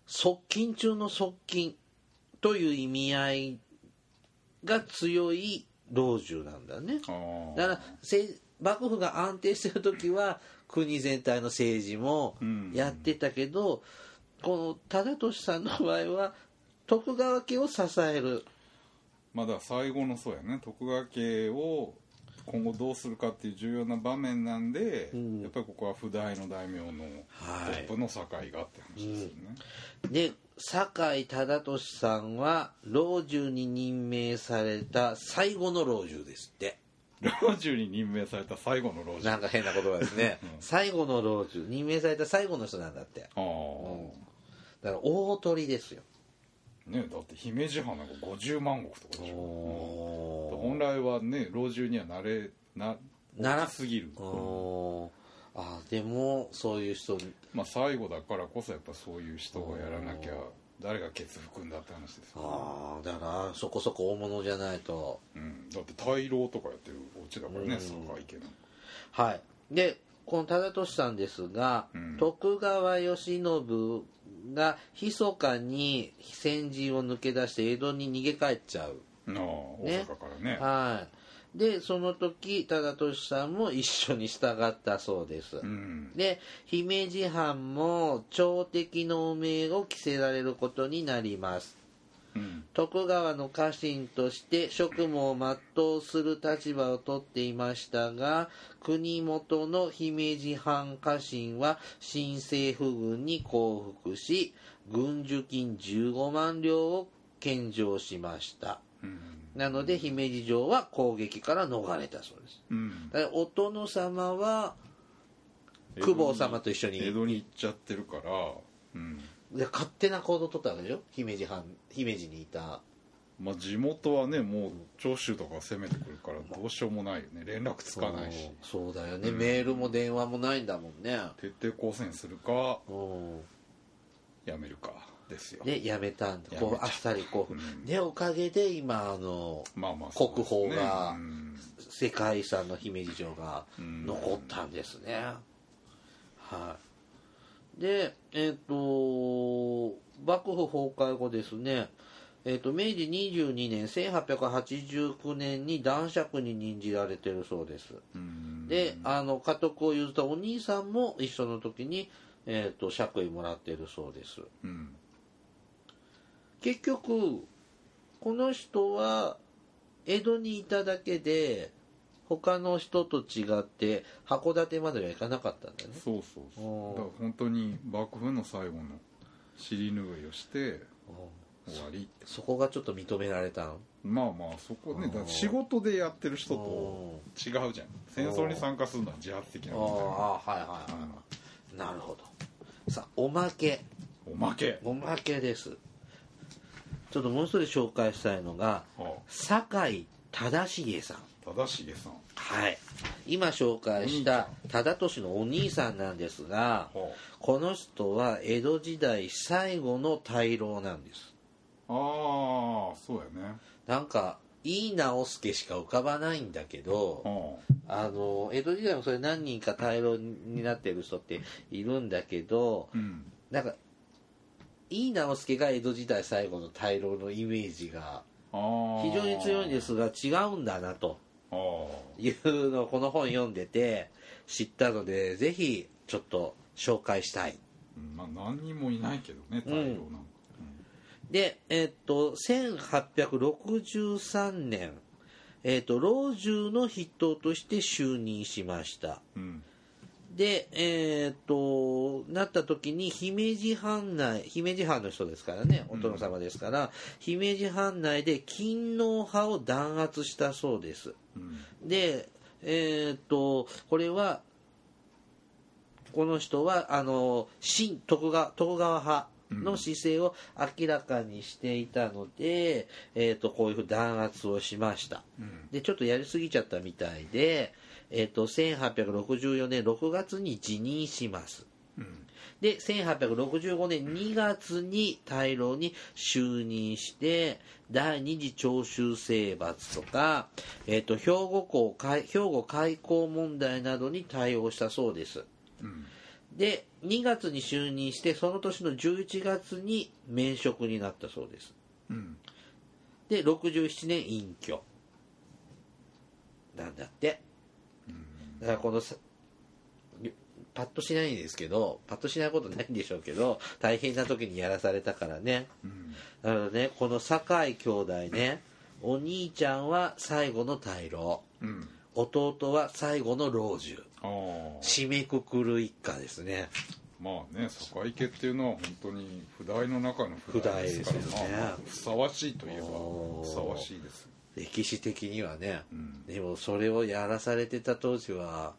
Speaker 1: 側近中の側近という意味合いが強い老中なんだね。
Speaker 2: あー
Speaker 1: だからせい幕府が安定してる時は国全体の政治も
Speaker 2: うん
Speaker 1: やってたけど、この忠俊さんの場合は徳川家を支える
Speaker 2: まあだから最後のそうやね徳川家を今後どうするかっていう重要な場面なんで、
Speaker 1: ん
Speaker 2: やっぱりここは不代の大名の
Speaker 1: はい
Speaker 2: トップの堺がって話ですよね、
Speaker 1: で酒井忠俊さんは老中に任命された最後の老中ですって
Speaker 2: 老中に任命された最後の老中
Speaker 1: なんか変な言葉です ね、最後の老中任命された最後の人なんだって
Speaker 2: ああ、
Speaker 1: だから大鳥ですよ
Speaker 2: ねだって姫路藩なんか50万石とかでしょ、うん
Speaker 1: お
Speaker 2: 本来はね老中にはなれな
Speaker 1: なら
Speaker 2: 大きすぎる、
Speaker 1: ーおーあーでもそういう人
Speaker 2: まあ、最後だからこそやっぱそういう人がやらなきゃ誰がケツ吹くんだって話ですよ、
Speaker 1: ああだからそこそこ大物じゃないと
Speaker 2: うん、だって大老とかやってるお家だからね堺家の
Speaker 1: はいでこの忠俊さんですが、
Speaker 2: うん
Speaker 1: 徳川慶喜が密かに戦陣を抜け出して江戸に逃げ帰っちゃう、
Speaker 2: なあ大
Speaker 1: ね
Speaker 2: 阪からね
Speaker 1: はいでその時忠俊さんも一緒に従ったそうです、
Speaker 2: うん
Speaker 1: で姫路藩も朝敵の汚名を着せられることになります
Speaker 2: うん
Speaker 1: 徳川の家臣として職務を全うする立場を取っていましたが国元の姫路藩家臣は新政府軍に降伏し軍需金15万両を献上しました
Speaker 2: うん
Speaker 1: なので姫路城は攻撃から逃れたそうです
Speaker 2: うん
Speaker 1: だからお殿様は久保様と一緒に
Speaker 2: 江戸に行っちゃってるから、うん
Speaker 1: で勝手な行動を取ったわけでしょ姫路藩姫路にいた
Speaker 2: まあ、地元はねもう長州とか攻めてくるからどうしようもないよね連絡つかないし
Speaker 1: そうだよね、メールも電話もないんだもんね
Speaker 2: 徹底抗戦するか
Speaker 1: うん
Speaker 2: やめるかですよ
Speaker 1: でやめたんだ
Speaker 2: やめ
Speaker 1: こう
Speaker 2: た
Speaker 1: あっさりこう、
Speaker 2: うん
Speaker 1: でおかげで今あの
Speaker 2: まあまあ
Speaker 1: 国宝
Speaker 2: そうですね
Speaker 1: が
Speaker 2: うん
Speaker 1: 世界遺産の姫路城が
Speaker 2: うん
Speaker 1: 残ったんですね、はいでえっ、と幕府崩壊後ですねえっと明治22年1889年に男爵に任じられてるそうです
Speaker 2: うん
Speaker 1: であの家督を譲ったお兄さんも一緒の時に、えー、と爵位もらってるそうです
Speaker 2: うん
Speaker 1: 結局この人は江戸にいただけで他の人と違って函館までは行かなかったんだよね
Speaker 2: そうそうそ
Speaker 1: おー
Speaker 2: うだから本当に幕府の最後の尻拭いをして
Speaker 1: うん
Speaker 2: 終わりって
Speaker 1: そこがちょっと認められたの
Speaker 2: まあまあそこねだから仕事でやってる人と違うじゃん戦争に参加するのは自発的
Speaker 1: あ
Speaker 2: な
Speaker 1: あ
Speaker 2: も
Speaker 1: はいはいはい、なるほどさあおまけ
Speaker 2: んだよおまけ
Speaker 1: おまけですちょっともう一人紹介したいのが
Speaker 2: あ
Speaker 1: 酒井忠重さん
Speaker 2: 忠重さん
Speaker 1: はい今紹介した忠俊のお兄さんなんですが
Speaker 2: は
Speaker 1: この人は江戸時代最後の大老なんです
Speaker 2: ああそうやね
Speaker 1: なんかいい直輔しか浮かばないんだけど
Speaker 2: は
Speaker 1: あの江戸時代もそれ何人か大老になってる人っているんだけど
Speaker 2: あうん
Speaker 1: なんかいい直輔が江戸時代最後の大老のイメージが
Speaker 2: ああ
Speaker 1: 非常に強いんですが違うんだなと
Speaker 2: ああ
Speaker 1: いうのをこの本読んでて知ったのでぜひちょっと紹介したい
Speaker 2: うんまあ何人もいないけどね大量なんか、
Speaker 1: でえっと1863年えっと老中の筆頭として就任しました
Speaker 2: うんうん
Speaker 1: でえっとなった時に姫路藩内姫路藩の人ですからねお殿様ですから、姫路藩内で勤皇派を弾圧したそうです
Speaker 2: うん
Speaker 1: でえーっとこれはこの人はあの新徳川徳川派の姿勢を明らかにしていたので、えーっとこういうふうに弾圧をしました
Speaker 2: うん
Speaker 1: でちょっとやりすぎちゃったみたいで、えーっと1864年6月に辞任します
Speaker 2: うん
Speaker 1: で1865年2月に大老に就任して第二次徴収征伐とか、えっと兵庫港開兵庫開港問題などに対応したそうです
Speaker 2: うん
Speaker 1: で2月に就任してその年の11月に免職になったそうです
Speaker 2: うん
Speaker 1: で67年隠居なんだってだからこのさパッとしないんですけどパッとしないことないんでしょうけど大変な時にやらされたからね
Speaker 2: うん
Speaker 1: なのでねこの酒井兄弟ねお兄ちゃんは最後の大老
Speaker 2: うん
Speaker 1: 弟は最後の老中
Speaker 2: ああ
Speaker 1: 締めくくる一家ですね
Speaker 2: まあね坂池っていうのは本当に不代の中の不代ですから
Speaker 1: 不代ですよね
Speaker 2: まあふさわしいといえば
Speaker 1: おー
Speaker 2: ふさわしいです
Speaker 1: 歴史的にはね
Speaker 2: うん
Speaker 1: でもそれをやらされてた当時は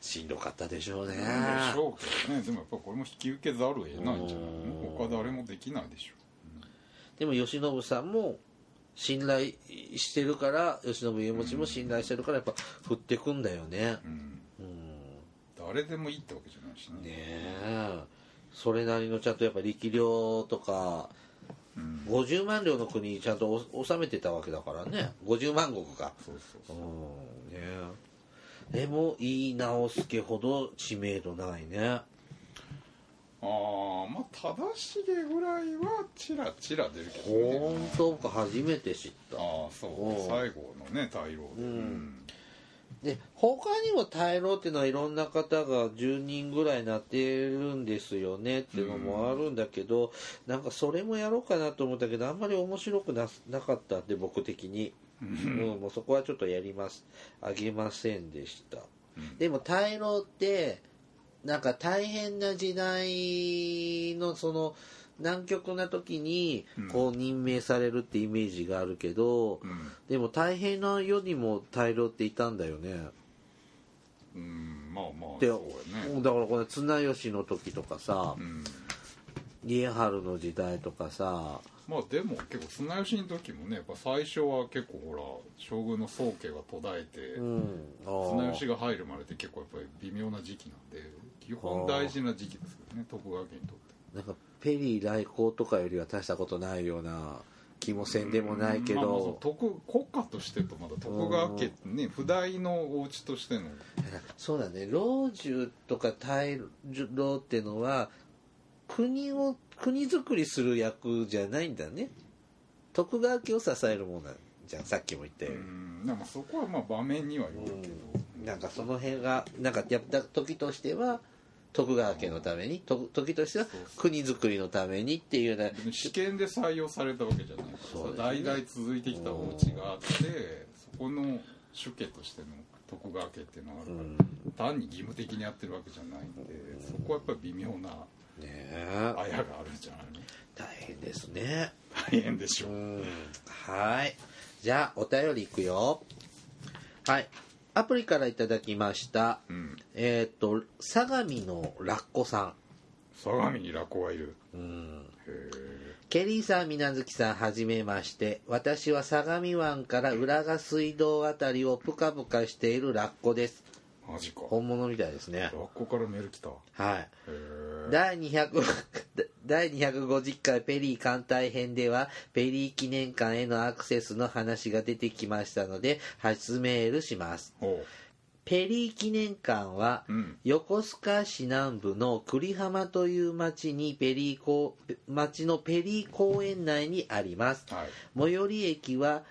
Speaker 1: しんどかったでしょうね
Speaker 2: でしょうけどねでもやっぱこれも引き受けざるを得ないんじゃないの
Speaker 1: おー
Speaker 2: 他誰もできないでしょ
Speaker 1: でも慶喜さんも信頼してるから慶喜家持ちも信頼してるからやっぱ振ってくんだよね
Speaker 2: うん
Speaker 1: うん
Speaker 2: 誰でもいいってわけじゃないし
Speaker 1: ね
Speaker 2: ね
Speaker 1: えそれなりのちゃんとやっぱ力量とか
Speaker 2: うん
Speaker 1: 50万両の国ちゃんとお収めてたわけだからね50万石か
Speaker 2: そうそう
Speaker 1: う
Speaker 2: そ
Speaker 1: ん
Speaker 2: う
Speaker 1: ねえでも井伊直弼ほど知名度ないね
Speaker 2: あああまあ正しげぐらいはチラチラ出るけどね
Speaker 1: 本当か初めて知った
Speaker 2: ああそ
Speaker 1: おう
Speaker 2: う最後のね大老で、
Speaker 1: うん
Speaker 2: うん
Speaker 1: で他にも大老っていうのはいろんな方が10人ぐらいなってるんですよねっていうのもあるんだけど、なんかそれもやろうかなと思ったけどあんまり面白くななかったんで僕的に、うん、もうそこはちょっとやりますあげませんでした
Speaker 2: うん
Speaker 1: でも大老ってなんか大変な時代のその南極な時に
Speaker 2: うん
Speaker 1: こう任命されるってイメージがあるけど、
Speaker 2: うん
Speaker 1: でも大変な世にも大老っていたんだよね。
Speaker 2: うんまあまあ
Speaker 1: って
Speaker 2: そうやね
Speaker 1: だからこれ綱吉の時とかさ
Speaker 2: うん
Speaker 1: 家春の時代とかさ
Speaker 2: まあでも結構綱吉の時もねやっぱ最初は結構ほら将軍の宗家が途絶えて、
Speaker 1: うんあ
Speaker 2: 綱
Speaker 1: ー
Speaker 2: 吉が入るまでって結構やっぱり微妙な時期なんで基本大事な時期ですよね徳川家にとって
Speaker 1: なんかペリー来航とかよりは大したことないような気もせんでもないけ
Speaker 2: まあまあそう
Speaker 1: ど、
Speaker 2: 徳国家としてとまだ徳川家ってね不代のお家としての
Speaker 1: そうだね老中とか大老ってのは国を国づくりする役じゃないんだね徳川家を支えるものなんじゃんさっきも言ったよう
Speaker 2: う
Speaker 1: に。
Speaker 2: んなんかそこはまあ場面にはよるけど、
Speaker 1: なんかその辺がなんかやった時としては徳川家のためにと時としては
Speaker 2: そうそう
Speaker 1: 国づくりのためにっていうね
Speaker 2: でも試験で採用されたわけじゃないから
Speaker 1: そうですね
Speaker 2: 代々続いてきたお家があってそこの主家としての徳川家っていうのがあるから、単に義務的にやってるわけじゃないんで、そこはやっぱり微妙な
Speaker 1: ねえ
Speaker 2: あやがあるんじゃないの
Speaker 1: 大変ですね
Speaker 2: 大変でしょ
Speaker 1: う
Speaker 2: う、
Speaker 1: んはいじゃあお便りいくよはいアプリからいただきました
Speaker 2: うん、
Speaker 1: えっ、と相模のラッコさ
Speaker 2: 相模にラコはいる
Speaker 1: んうん
Speaker 2: へえ
Speaker 1: ケリーさん、みなずきさん、はじめまして。私は相模湾から浦賀水道あたりをぷかぷかしているラッコです。
Speaker 2: マジか
Speaker 1: 本物みたいですね
Speaker 2: ラ。コからメール来たへ
Speaker 1: はい。
Speaker 2: え
Speaker 1: 第200 第250回ペリー艦隊編では、ペリー記念館へのアクセスの話が出てきましたので、初メールします。
Speaker 2: おう
Speaker 1: ペリー記念館は、
Speaker 2: うん
Speaker 1: 横須賀市南部の栗浜という町にペリー公、町のペリー公園内にあります。
Speaker 2: はい
Speaker 1: 最寄り駅は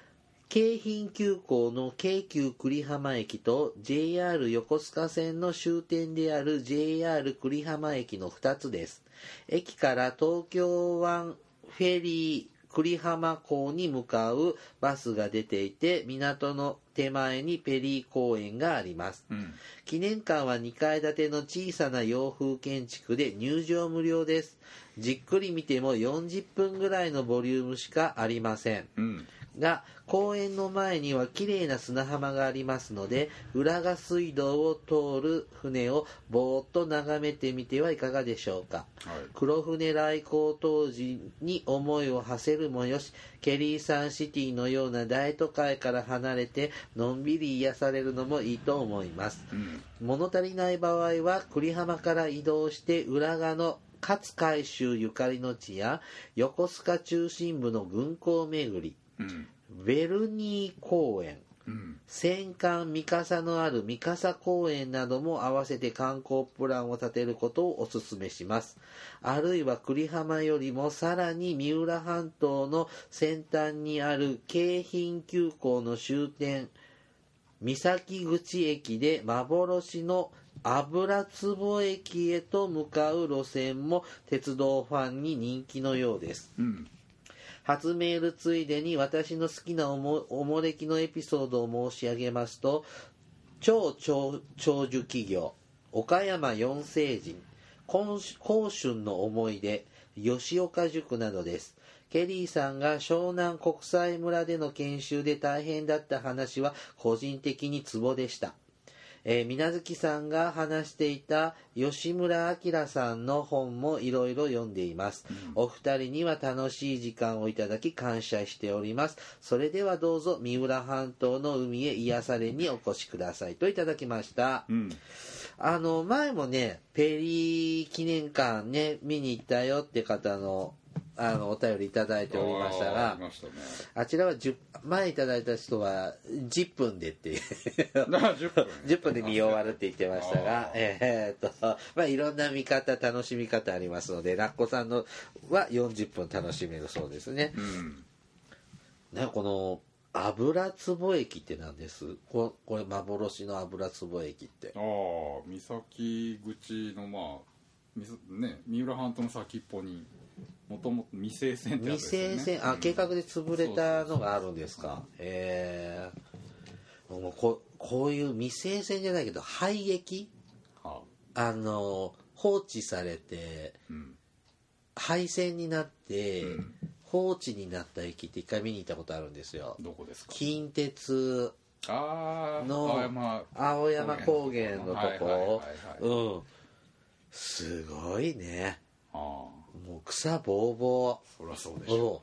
Speaker 1: 京浜急行の京急栗浜駅と JR 横須賀線の終点である JR 栗浜駅の2つです駅から東京湾フェリー栗浜港に向かうバスが出ていて港の手前にペリー公園があります
Speaker 2: うん
Speaker 1: 記念館は2階建ての小さな洋風建築で入場無料ですじっくり見ても40分ぐらいのボリュームしかありません
Speaker 2: うん
Speaker 1: が公園の前には綺麗な砂浜がありますので浦賀水道を通る船をぼーっと眺めてみてはいかがでしょうか
Speaker 2: はい
Speaker 1: 黒船来航当時に思いを馳せるもよしケリーサンシティのような大都会から離れてのんびり癒されるのもいいと思います
Speaker 2: うん
Speaker 1: 物足りない場合は栗浜から移動して浦賀の勝海舟ゆかりの地や横須賀中心部の軍港巡り
Speaker 2: うん
Speaker 1: ベルニー公園
Speaker 2: うん
Speaker 1: 戦艦三笠のある三笠公園なども合わせて観光プランを立てることをお勧めしますあるいは栗浜よりもさらに三浦半島の先端にある京浜急行の終点三崎口駅で幻の油壺駅へと向かう路線も鉄道ファンに人気のようです
Speaker 2: うん
Speaker 1: 初メールついでに私の好きなおもおもれきのエピソードを申し上げますと超長長寿企業岡山四聖人今今春の思い出吉岡塾などですケリーさんが湘南国際村での研修で大変だった話は個人的にツボでしたえー、水無月さんが話していた吉村明さんの本もいろいろ読んでいます。お二人には楽しい時間をいただき感謝しております。それではどうぞ三浦半島の海へ癒されにお越しくださいといただきました。
Speaker 2: うん
Speaker 1: あの、前もね、ペリー記念館ね、見に行ったよって方のあのお便りいただいておりました
Speaker 2: あーあ
Speaker 1: が
Speaker 2: りましたね
Speaker 1: あちらは10前いただいた人は10分でっていう
Speaker 2: 10分
Speaker 1: 10分で見終わるって言ってましたが
Speaker 2: あ、ー
Speaker 1: えーっと、まあいろんな見方、楽しみ方ありますので、ラッコさんのは40分楽しめるそうですね。
Speaker 2: うん
Speaker 1: ね、この油壺駅って何ですここれ幻の油壺駅って
Speaker 2: あ。あ三崎口のまあみそね三浦半島の先っぽにもともと未成線ってやつ
Speaker 1: 未
Speaker 2: ですよね
Speaker 1: 成線、あ、計画で潰れたのがあるんです
Speaker 2: そうそう
Speaker 1: か。えー、もうここういう未成線じゃないけど、廃駅
Speaker 2: そうは
Speaker 1: あの、放置されて、
Speaker 2: うん
Speaker 1: 廃線になって
Speaker 2: うん、
Speaker 1: 放置になった駅って一回見に行ったことあるんですよ。
Speaker 2: どこですか
Speaker 1: 近鉄
Speaker 2: ああ
Speaker 1: の
Speaker 2: 青山
Speaker 1: 青山高原のと
Speaker 2: はいはい
Speaker 1: こ
Speaker 2: はいはい
Speaker 1: うんすごいね
Speaker 2: あ
Speaker 1: もう草ぼうぼ
Speaker 2: あそりゃそうでしょ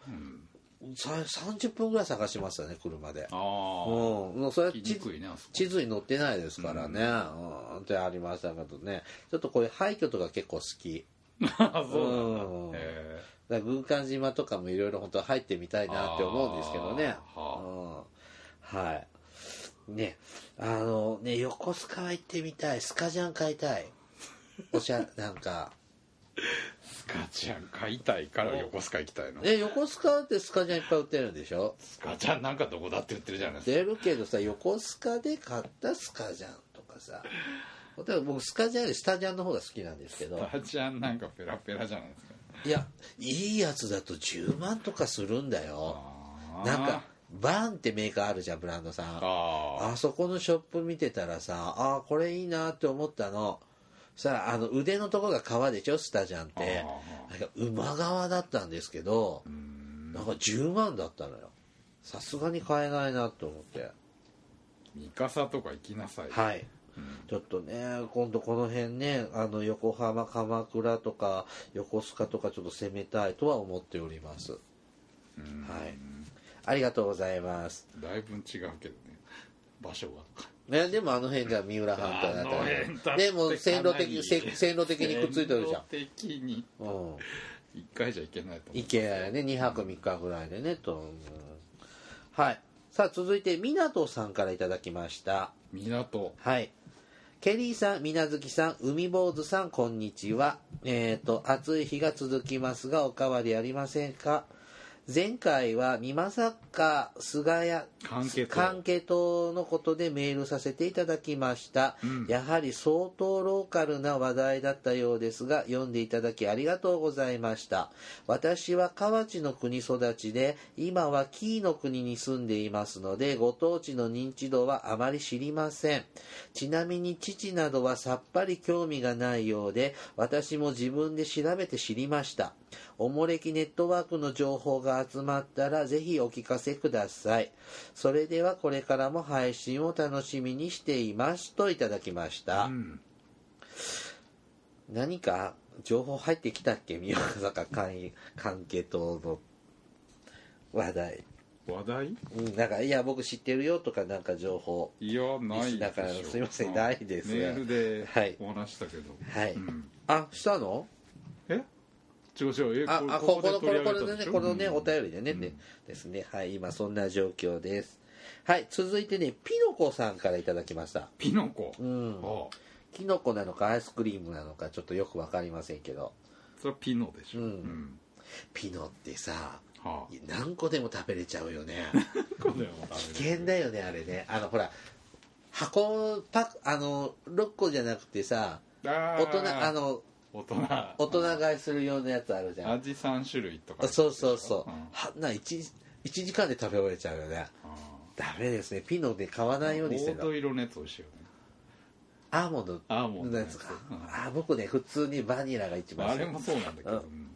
Speaker 2: う、ん、
Speaker 1: うさ30分ぐらい探しましたね車でうん
Speaker 2: あ
Speaker 1: もうそれ
Speaker 2: あ
Speaker 1: は
Speaker 2: 聞き
Speaker 1: 地
Speaker 2: にくいねあそこ
Speaker 1: 地図に載ってないですからねうんってありましたけどねちょっとこういう廃墟とか結構好き
Speaker 2: あそうなんだ
Speaker 1: うんだか
Speaker 2: え
Speaker 1: ら軍艦島とかもいろいろ本当入ってみたいなって思うんですけどね
Speaker 2: あー
Speaker 1: うんはいねあのね横須賀は行ってみたいスカジャン買いたいおし ゃなんか
Speaker 2: ースカちゃん買いたいから横須賀行きたいの
Speaker 1: え横須賀ってスカジャンいっぱい売ってるんでしょ
Speaker 2: スカちゃんなんかどこだって言ってるじゃないです
Speaker 1: 出るけどさ横須賀で買ったスカジャンとかさ例えば僕スカジャンよりスタジャンの方が好きなんですけ
Speaker 2: か
Speaker 1: ど
Speaker 2: スカちゃんなんかペラペラじゃないですか
Speaker 1: いやいいやつだと10万とかするんだよ
Speaker 2: あー
Speaker 1: なんかバンってメーカーあるじゃんブランドさん
Speaker 2: あ
Speaker 1: あそこのショップ見てたらさあーこれいいなって思ったのさああの腕のとこが革でしょスタジャンっ
Speaker 2: あ
Speaker 1: てなんか馬革だったんですけどなんか10万だったのよさすがに買えないなと思って
Speaker 2: 三笠とか行きなさい
Speaker 1: はいちょっとね今度この辺ねあの横浜鎌倉とか横須賀とかちょっと攻めたいとは思っております
Speaker 2: うん
Speaker 1: はいありがとうございます
Speaker 2: だいぶ違うけどね場所が
Speaker 1: ね、でもあの辺では三浦半島だった
Speaker 2: あの辺だってかな
Speaker 1: り
Speaker 2: り
Speaker 1: でも線路的にせ線路的にくっついてるじゃん
Speaker 2: 全道的に
Speaker 1: うん
Speaker 2: 一回じゃ行けないと思う
Speaker 1: 行けないね2泊3日ぐらいでねと、うんはいさあ続いて湊さんからいただきました
Speaker 2: 港
Speaker 1: はいケリーさん、みなずきさん、海坊主さん、こんにちは。えっ、と、暑い日が続きますが、おかわりありませんか前回は、美作菅谷
Speaker 2: 関係と
Speaker 1: 関係党のことでメールさせていただきました、
Speaker 2: ん
Speaker 1: やはり相当ローカルな話題だったようですが読んでいただきありがとうございました私は河内の国育ちで今は紀伊の国に住んでいますのでご当地の認知度はあまり知りませんちなみに父などはさっぱり興味がないようで私も自分で調べて知りましたおもれきネットワークの情報が集まったらぜひお聞かせくださいそれではこれからも配信を楽しみにしていますといただきました、
Speaker 2: うん
Speaker 1: 何か情報入ってきたっけ宮坂関関係等の話題
Speaker 2: 話題
Speaker 1: うんなんかいや僕知ってるよとかなんか情報
Speaker 2: いやない
Speaker 1: だから
Speaker 2: でしょ
Speaker 1: すいません
Speaker 2: う
Speaker 1: ないです
Speaker 2: メールで
Speaker 1: はい
Speaker 2: お話したけど
Speaker 1: はい
Speaker 2: うん
Speaker 1: あしたの
Speaker 2: え違う違うえ
Speaker 1: ああここのこ
Speaker 2: 取り
Speaker 1: のこ
Speaker 2: 上げた
Speaker 1: の
Speaker 2: で
Speaker 1: ね
Speaker 2: しょ
Speaker 1: このね
Speaker 2: うん
Speaker 1: お便りでね、
Speaker 2: うん
Speaker 1: でですねはい今そんな状況ですはい続いてねピノコさんからいただきました
Speaker 2: ピノコ
Speaker 1: うん
Speaker 2: ああ
Speaker 1: キノコなのかアイスクリームなのかちょっとよくわかりませんけど
Speaker 2: それはピノでしょ
Speaker 1: うん
Speaker 2: うん
Speaker 1: ピノってさ
Speaker 2: はあ
Speaker 1: 何個でも食べれちゃうよね
Speaker 2: これはもうダメ
Speaker 1: 危険だよねあれねあのほら箱パックあの6個じゃなくてさ
Speaker 2: 大
Speaker 1: 大人あの
Speaker 2: 大人
Speaker 1: 大人買いするようなやつあるじゃん
Speaker 2: 味3種類とか
Speaker 1: あそうそうそう、
Speaker 2: ん
Speaker 1: はな 1, 一時間で食べ終えちゃうよね
Speaker 2: あ
Speaker 1: ダメですねピノで買わ
Speaker 2: あ
Speaker 1: ないようにしてる
Speaker 2: 黄
Speaker 1: の
Speaker 2: 土色のやつ美味しいよね
Speaker 1: アーモンド
Speaker 2: アーモンド
Speaker 1: の
Speaker 2: の
Speaker 1: や
Speaker 2: や
Speaker 1: つ
Speaker 2: つ
Speaker 1: か、
Speaker 2: うん
Speaker 1: あー僕ね普通にバニラが一番好
Speaker 2: あ
Speaker 1: き
Speaker 2: れもそうなんだけど
Speaker 1: う
Speaker 2: うん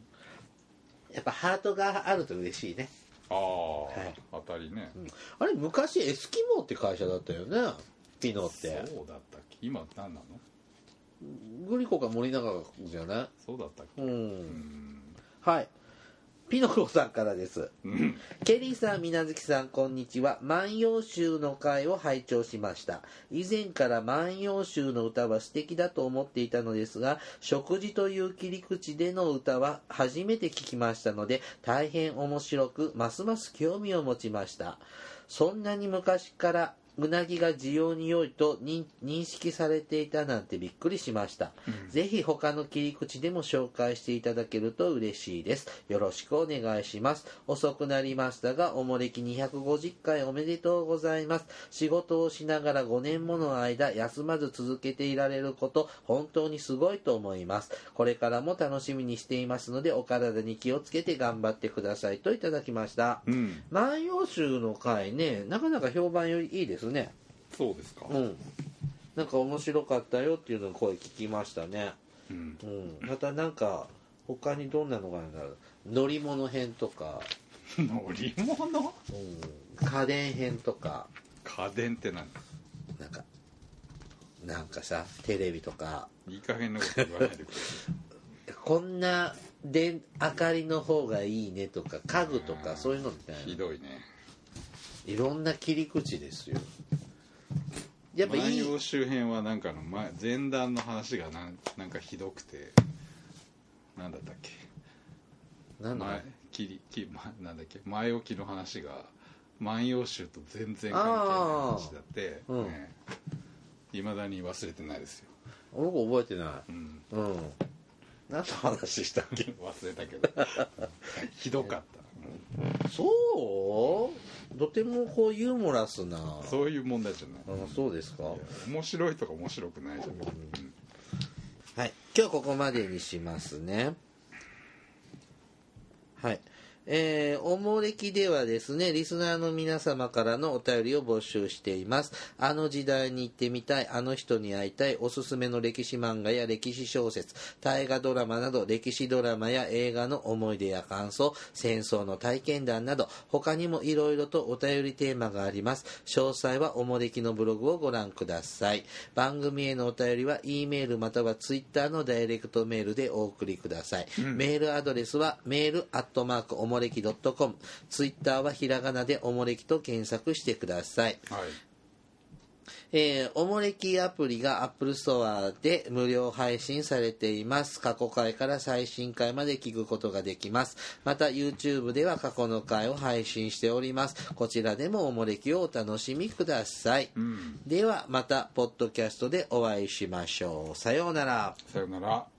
Speaker 1: やっぱハートがあると嬉しいね
Speaker 2: あ
Speaker 1: はい
Speaker 2: あ当たりね
Speaker 1: あれ昔エスキモーって会社だったよねピノっ
Speaker 2: そ
Speaker 1: て
Speaker 2: うだったっけ今何なの
Speaker 1: グリコか森永じゃない
Speaker 2: そうだったっけ
Speaker 1: う
Speaker 2: うんん
Speaker 1: はいピノコさんからです。
Speaker 2: うん
Speaker 1: ケリーさん、みなずきさん、こんにちは。万葉集の会を拝聴しました。以前から万葉集の歌は素敵だと思っていたのですが、食事という切り口での歌は初めて聞きましたので、大変面白く、ますます興味を持ちました。そんなに昔から、うなぎが需要に良いと認認識されていたなんてびっくりしました。ぜひ他の切り口でも紹介していただけると嬉しいです。よろしくお願いします。遅くなりましたが、おもれき250回おめでとうございます。仕事をしながら5年もの間休まず続けていられること、本当にすごいと思います。これからも楽しみにしていますので、お体に気をつけて頑張ってくださいといただきました。
Speaker 2: うん
Speaker 1: 万葉集の回ね、なかなか評判よりいいですね。
Speaker 2: そうですか、
Speaker 1: うん。なんか面白かったよっていうのを声聞きましたね。
Speaker 2: うん
Speaker 1: うん、またなんか他にどんなのがあるんだろう乗り物編とか、
Speaker 2: 乗り物
Speaker 1: うん、家電編とか
Speaker 2: 家電って何
Speaker 1: なんかなんかさテレビとか
Speaker 2: いい加減なこと言わ ないでくれ
Speaker 1: こんなで明かりの方がいいねとか家具とかそういうのみたい
Speaker 2: ひ
Speaker 1: な
Speaker 2: どいね
Speaker 1: いろんな切り口ですよやっぱい
Speaker 2: 万
Speaker 1: い
Speaker 2: 葉周辺はなんかの前前段の話がなんなんかひどくてなんだったっけ
Speaker 1: なんだろう
Speaker 2: 前切り切り、ま、なんだっけ前置きの話が万葉集と全然関係ない話だって
Speaker 1: あーうん
Speaker 2: いま、未だに忘れてないですよ、
Speaker 1: 僕覚えてな
Speaker 2: うん、
Speaker 1: いうん何の話したっけ
Speaker 2: 忘れたけどひどかった、
Speaker 1: そうとてもこうユーモラスな
Speaker 2: うんそういう問題じゃない
Speaker 1: あそうですか
Speaker 2: いや面白いとか面白くないじゃん、うん
Speaker 1: はい、今日ここまでにしますね。はい。えー、おもれきではですね、リスナーの皆様からのお便りを募集しています。あの時代に行ってみたい、あの人に会いたい、おすすめの歴史漫画や歴史小説、大河ドラマなど、歴史ドラマや映画の思い出や感想、戦争の体験談など、他にもいろいろとお便りテーマがあります。詳細はおもれきのブログをご覧ください。番組へのお便りは、E メールまたは Twitter のダイレクトメールでお送りください。メールアドレスは、メールアットマークおもれき .com。Twitter はひらがなでおもれきと検索してください。
Speaker 2: はい
Speaker 1: えーおもれきアプリが Apple Store で無料配信されています。過去回から最新回まで聞くことができます。また YouTube では過去の回を配信しております。こちらでもおもれきをお楽しみください。
Speaker 2: うん
Speaker 1: ではまた、ポッドキャストでお会いしましょう。さようなら。
Speaker 2: さよなら